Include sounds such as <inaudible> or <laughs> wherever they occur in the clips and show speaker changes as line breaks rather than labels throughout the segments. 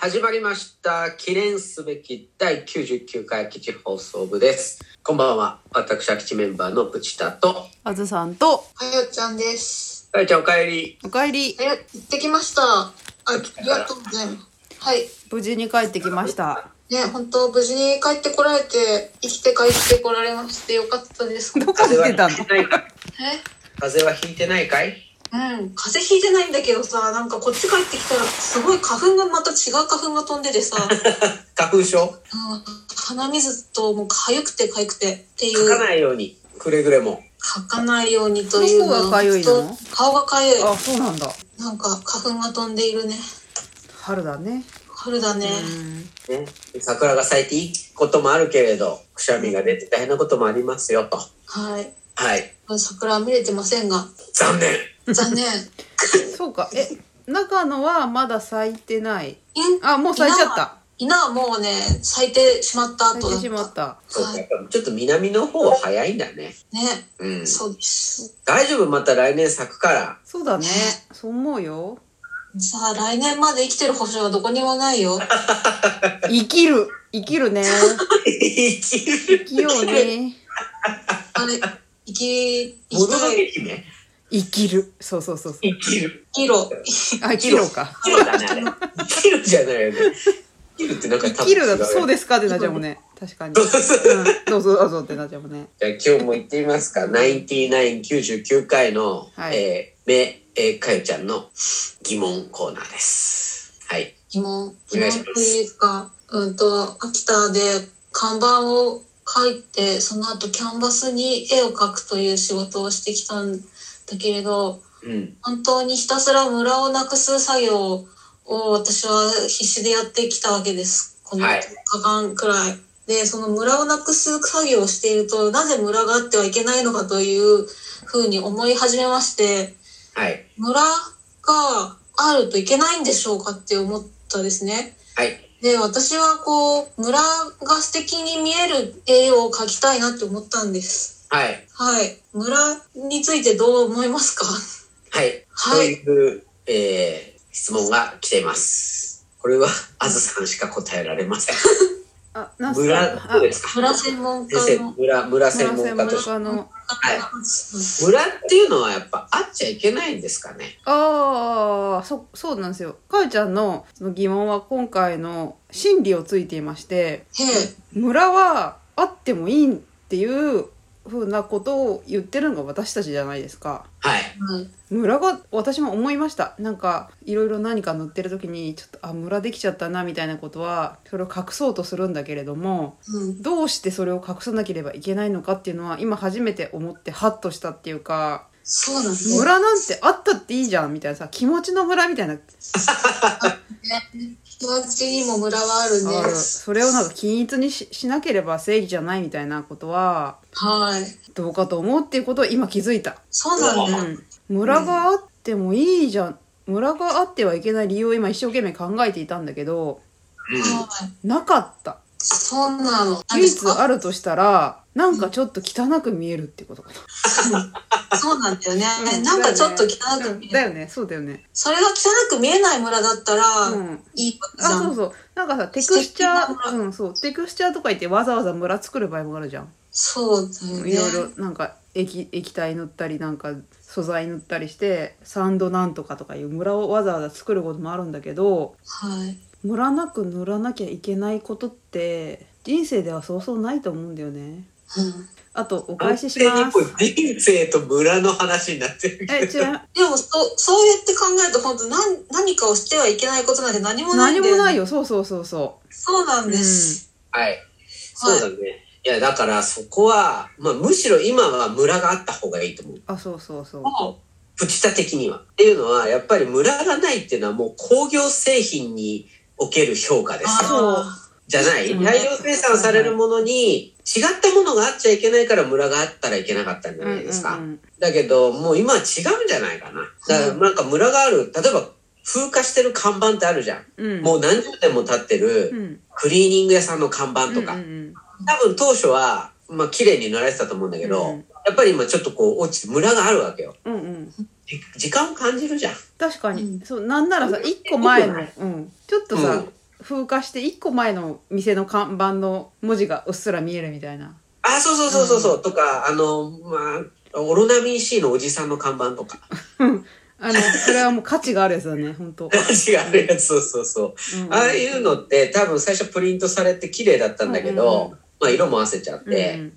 始まりました記念すべき第99回空き地放送部ですこんばんは私空き地メンバーのプチタと
あずさんと、
あやちゃんです。
かやちゃんおかえり
おかえり
あ、や、行ってきました。あ、ありがとうございます。はい。
無事に帰ってきました。
ね、本当無事に帰ってこられて、生きて帰ってこられましてよかった
<laughs>
です。え
どこしてたの
風邪はひいてないか風邪はひいてないかい
うん、風邪ひいてないんだけどさ、なんかこっち帰ってきたら、すごい花粉がまた違う花粉が飛んでて
<laughs>
さ、うん
花粉症か
鼻水ともう痒くて痒くてっていう。
かないようにくれぐれも
かかないようにという
顔が痒いの
と顔が痒
あ、そうなんだ。
い。なんか花粉が飛んでいるね。
春だね。
春だね。
ね桜が咲いていいこともあるけれどくしゃみが出て大変なこともありますよと
はい。
はい
桜は見れてませんが、
残念
残念。
そうか。え、中のはまだ咲いてない。
イン
あ、もう咲いちゃった。
稲はもうね咲いてしまった後
咲いてし
だった
まった。
そうか
はい
やっぱちょっと南の方は早いんだね
ね、
うん
そうです
大丈夫また来年咲くから
そうだね
ね。
そう思うよ。
さあ来年まで生きてる保証はどこにもないよ
生きる。生きるね。 <laughs> 生きようね。
あれ生き生
も
き
のの
た
け
い
姫
生きる。そうそうそうそう。
生きる。
生きろ
あ、生きろか。
生きるだね、あれ。生きるじゃないよね。生きるってなんか多
生
分
きるだとそう
で
ですかってなっちゃうもんね。確かに。うん、どうぞどうぞってなっちゃうもんね。
す。じゃあ今日も行ってみますか。99回の、
はい
えー、め、えー、かよちゃんの疑問コーナーです。はい。
疑問
お
疑
願いします
問というかうんと秋田で看板を描いてその後キャンバスに絵を描くという仕事をしてきたんだけれど
うん。
本当にひたすらムラをなくす作業を私は必死でやってきたわけですこの
はい
10日間くらい。でそのムラをなくす作業をしているとなぜムラがあってはいけないのかというふうに思い始めまして
はい。
ムラがあるといけないんでしょうかって思ったですね。
はい。
で私はこうムラが素敵に見える絵を描きたいなって思ったんです。
はい。
はい。ムラについてどう思いますか
はい。
はい
という、えー、質問が来ています。これは、あずさんしか答えられません。
あ、なんす
村、
か。
ど
あ
うですか
ムラ専門家
先生、
の
村、村専
村
門
専
家
門
として。
家の。
はい村っていうのはやっぱあっちゃいけないんですかね
ああ、そ、そうなんですよ。かよちゃんのその疑問は今回の真理をついていまして、
へえ、
村はあってもいいっていうふうなことを言ってるのが私たちじゃないですか。
はい。
はい、
村が私も思いましたなんかいろいろ何か塗ってる時にちょっとあ村できちゃったなみたいなことはそれを隠そうとするんだけれども
うん、
どうしてそれを隠さなければいけないのかっていうのは今初めて思ってハッとしたっていうか
そうなんですね。
村なんてあったっていいじゃんみたいなさ気持ちの村みたいな
友達にも村はあるね。
あるそれをなんか均一にししなければ正義じゃないみたいなことは
はい、
どうかと思うっていうことを今気づいた、
そうなんだ。
うん、村があってもいいじゃん村があってはいけない理由を今一生懸命考えていたんだけど
うん
はい、
なかった
そうなの。
唯一あ
る。
るとしたらなんかちょっと汚く見えるってことか
<laughs> そうなんだよね。
な、
なんかちょっと汚
だよね
く見え
だ
る。
よねそうだよね
それが汚く見えない村だったら、
うん
いいじ
あ
ゃ。
そうんそうなんかさテクスチャ
素敵な
ーうんそうテクスチャーとか言ってわざわざ村作る場合もあるじゃん
そうだよね。
いろいろなんか液液体塗ったりなんか素材塗ったりしてサンドなんとかとかいうムラをわざわざ作ることもあるんだけど
はい。
ムラなく塗らなきゃいけないことって人生ではそうそうないと思うんだよね
うん、
あとお返ししま
完
す
全にもう人生と村の話になってる
え
け
違
ど。
う
でもそうそうやって考えると本当何何かをしてはいけないことなんて何もない
何
んだ
も
よ、ね、
ないよそうそうそうそ
そうなん
う、う
で
ん、
す、
はい。そうだね。いや、だからそこは、まあむしろ今は村があった方がいいと思う。
あそうそうそう
も
プチタ的には。っていうのは、やっぱり村がないっていうのはもう工業製品における評価で
う
す。
あ
じゃない
うん
大量生産されるものに違ったものがあっちゃいけないから村があったらいけなかったんじゃないですか。
うんうんうん
だけど、もう今は違うんじゃないかな。だからなんか村がある、例えば風化してる看板ってあるじゃん。
うん
もう何十年も経ってる
うん
クリーニング屋さんの看板とか、
うんうん
多分当初は、まあ綺麗に塗られてたと思うんだけど、
うん
やっぱり今ちょっとこう落ちて、ムラがあるわけよ。
うんうんうん
じ時間を感じるじゃん。
確かに、
うん
そうなんならさ一個前の、うん、ちょっとさ、
うん
風化して1個前の店の看板の文字がうっすら見えるみたいな
あ、そうそうそうそうそう、とか、あの、まあ、オロナミン C のおじさんの看板とか、
あのそれはもう価値があるやつ
<laughs>
だね本当、
違うやつ、そうそうそう。
うん
ああいうのって多分最初プリントされて綺麗だったんだけど、
うんう
まあ色も合わせちゃっ
うんう
て、
ん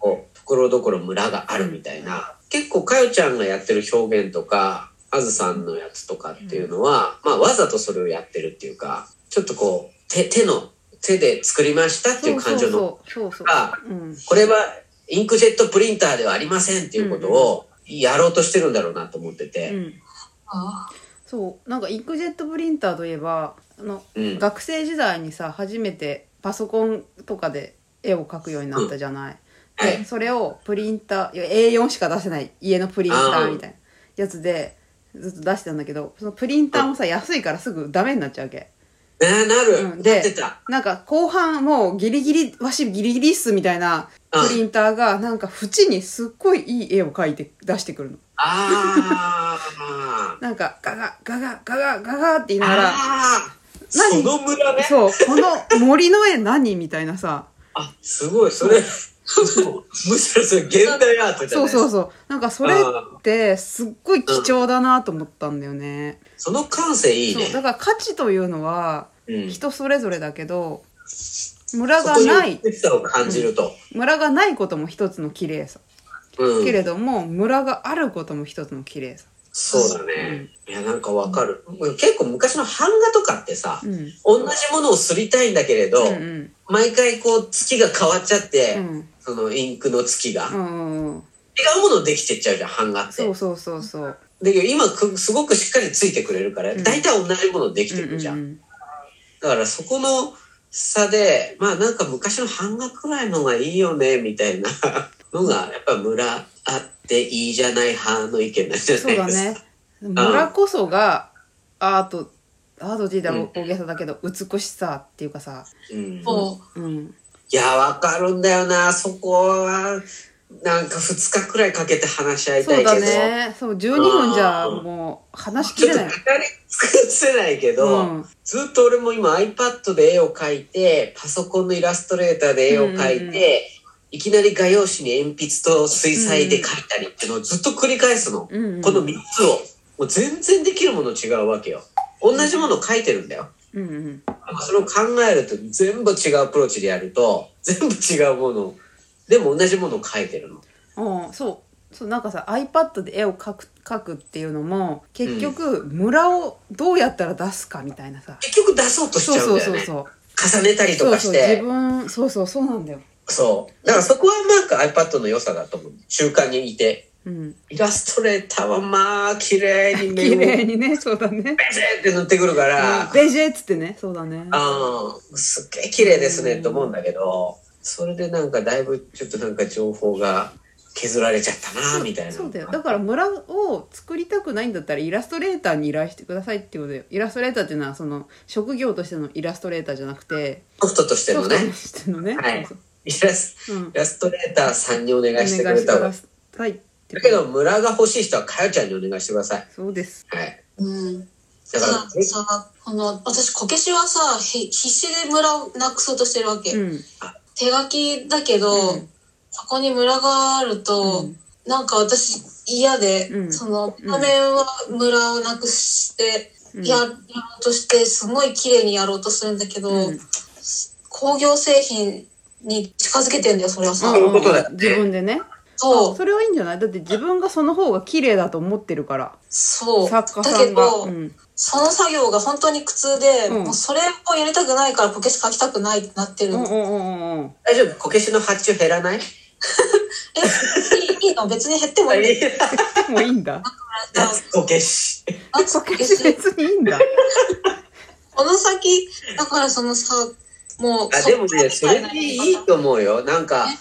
こう、ところどころムラがあるみたいな。結構、かよちゃんがやってる表現とか、あずさんのやつとかっていうのは、まあ、わざとそれをやってるっていうか、ちょっとこう、手、手の、手で作りましたってい
そううそ
感
う
情の、
そうそう
が、
そう、うん、
これはインクジェットプリンターではありませんっていうことをやろうとしてるんだろうなと思って
う
て。
ん、
あ
そうなんかインクジェットプリンターといえばあの
うん。
学生時代にさ初めてパソコンとかで絵を描くようになったじゃない、
は
で
い。
それをプリンターいや A4 しか出せない家のプリンターみたいなやつでずっと出してたんだけどそのプリンターもさ安いからすぐダメになっちゃうわけ
な、な
う
る。
んで
なってた。
なんか後半もうギリギリわしギリギリっすみたいな
うん
プリンターがなんか縁にすっごいいい絵を描いて出してくるの
ああ。
なんかガガガガガガガガって <laughs> 言いながら
ああ。そ
何
の村ね。
そうこの森の絵何みたいなさ
あ、すごい。それ、そう <laughs> むしろそれ現代アートじゃ
そ
な
う
い
そう
う。
そうなんかそれってすっごい貴重だなと思ったんだよね、
その感性いい
そうだ
ね。
から価値というのは
うん。
人それぞれだけどムラ
そ
が
こに
ない
美しさを感じると。
ムラがないことも一つの綺麗さ、
うん
け。れどもムラがあることも一つの綺麗さ
そうだね。いや、なんかわかる。結構昔の版画とかってさ
う、ん
同じものを刷りたいんだけれど、
うんうん
毎回こう月が変わっちゃって、
うん
そのインクの月が、
う
違
んうん
うものできてっちゃうじゃん版画って
そうそうそうそう
だけど今くすごくしっかりついてくれるから、
うん
大体同じものできて
うん
くじ
う
ゃん、
ん
だからそこの差でまあなんか昔の版画くらいのがいいよねみた
<laughs>
いなのがやっぱ村あっていいじゃない派の意見なんじゃ
そう
な
だ
いですか
ねムラこそがアートアート自体は大げさだけど美しさっていうかさ、
うん
あ、も
うん、
いやわかるんだよなそこはなんか2日くらいかけて話し合いたい
そう
けど
だねそう12分じゃ
うん
もう話しき
ちょっ
れ
と
な
語
い
り尽くせないけど、
うん
ずっと俺も今 iPad で絵を描いてパソコンのイラストレーターで絵を描いて、
うんうん
いきなり画用紙に鉛筆と水彩で描いたりっていうのをずっと繰り返すの、
うんうん
この3つをもう全然できるもの違うわけよ同じものを描いてるんだよ
うんうん
それを考えると全部違うアプローチでやると <laughs> 全部違うものでも同じものを描いてるの
うん、そうそうなんかさ iPad で絵を描く描くっていうのも結局ムラをどうやったら出すかみたいなさ、
結局出そうとし
そう
ちゃうん
そ
だよ
うそう
ね
そう
重ねたりと
そう
か
そ
し
う
て
自分そうそうそうなんだよ、
そう。だからそこはなんか iPad の良さだと思う。中間にいて。
うん、
イラストレーターはまあ、綺麗に目
綺
をベ
麗にねそうだね
ジェって塗ってくるから、
ベジェっつってねそうだね
あーすっげえ綺麗ですねと思うんだけど、それでなんかだいぶちょっとなんか情報が削られちゃったな、みたいな。
そうだよだから村を作りたくないんだったらイラストレーターに依頼してくださいってことよイラストレーターっていうのはその職業としてのイラストレーターじゃなくて
ソフトとしての
ソフト
ね
と、してのね、
はい
そう
イラス
そううん
イラストレーターさんにお願
お
いしてくれた
く
方が
だ。さいって
だけど、村が欲しい人はかよちゃんにお願いしてください。
そうです
はい。
う、うん。
だ
さ
から、
さこの私こけしはさひ必死でムラをなくそうとしてるわけ、
うん
手書きだけど、
うん
そこにムラがある
う
と、
ん
なんか私嫌で、
うん
その
うん
画面はムラをなくして、
うん
ややろうとしてすごい綺麗にやろうとするんだけど、
うん
工業製品に近づけてんだよそれはさ、
そういうことだよね
自分でね
そう
それはいいんじゃないだって自分がその方が綺麗だと思ってるから
そう
作家
だ
さ
け
んが
ど、
うん
その作業が本当に苦痛で、
うん
もうそれをやりたくないからこけし描きたくないってなってる
う
の、
んうんうんうん
大丈夫こけしの発注減らない
えいいいいの別に減ってもいいん
でもいいんだ
だよ
<laughs> こけし。
あそ
こ
うで
けし
す
別にいいんだ
この先だからそのさもう
あでもねそれでいいと思うよなんか
ね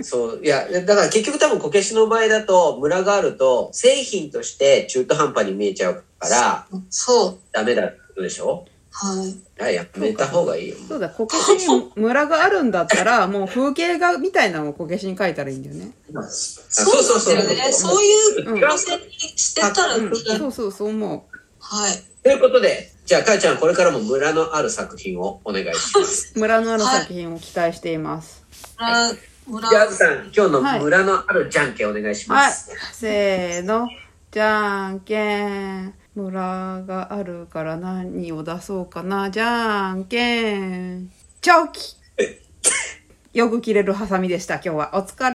そういやだから結局多分こけしの場合だとムラがあると製品として中途半端に見えちゃうから
そう
ダメだってことでしょ
はい
いややめた方がいいよ
そうだこけしにムラがあるんだった
<laughs>
らもう風景画みたいなのをこけしに描いたらいいんだよね
あそうそうそう
なんだよねそういううん路線にしてたらいい、
うんそうそうそう思
はい
ということで、じゃあ、かよちゃん、これからも村のある作品をお願いします。
村のある作品を期待しています。
村村
じゃあ、あずさん、今日の村のあるじゃんけんお願いしま
はい。
す。
せーの。じゃんけん。村があるから何を出そうかな。じゃんけん。チョキよく切れるハサミでした、今日は。お疲れ。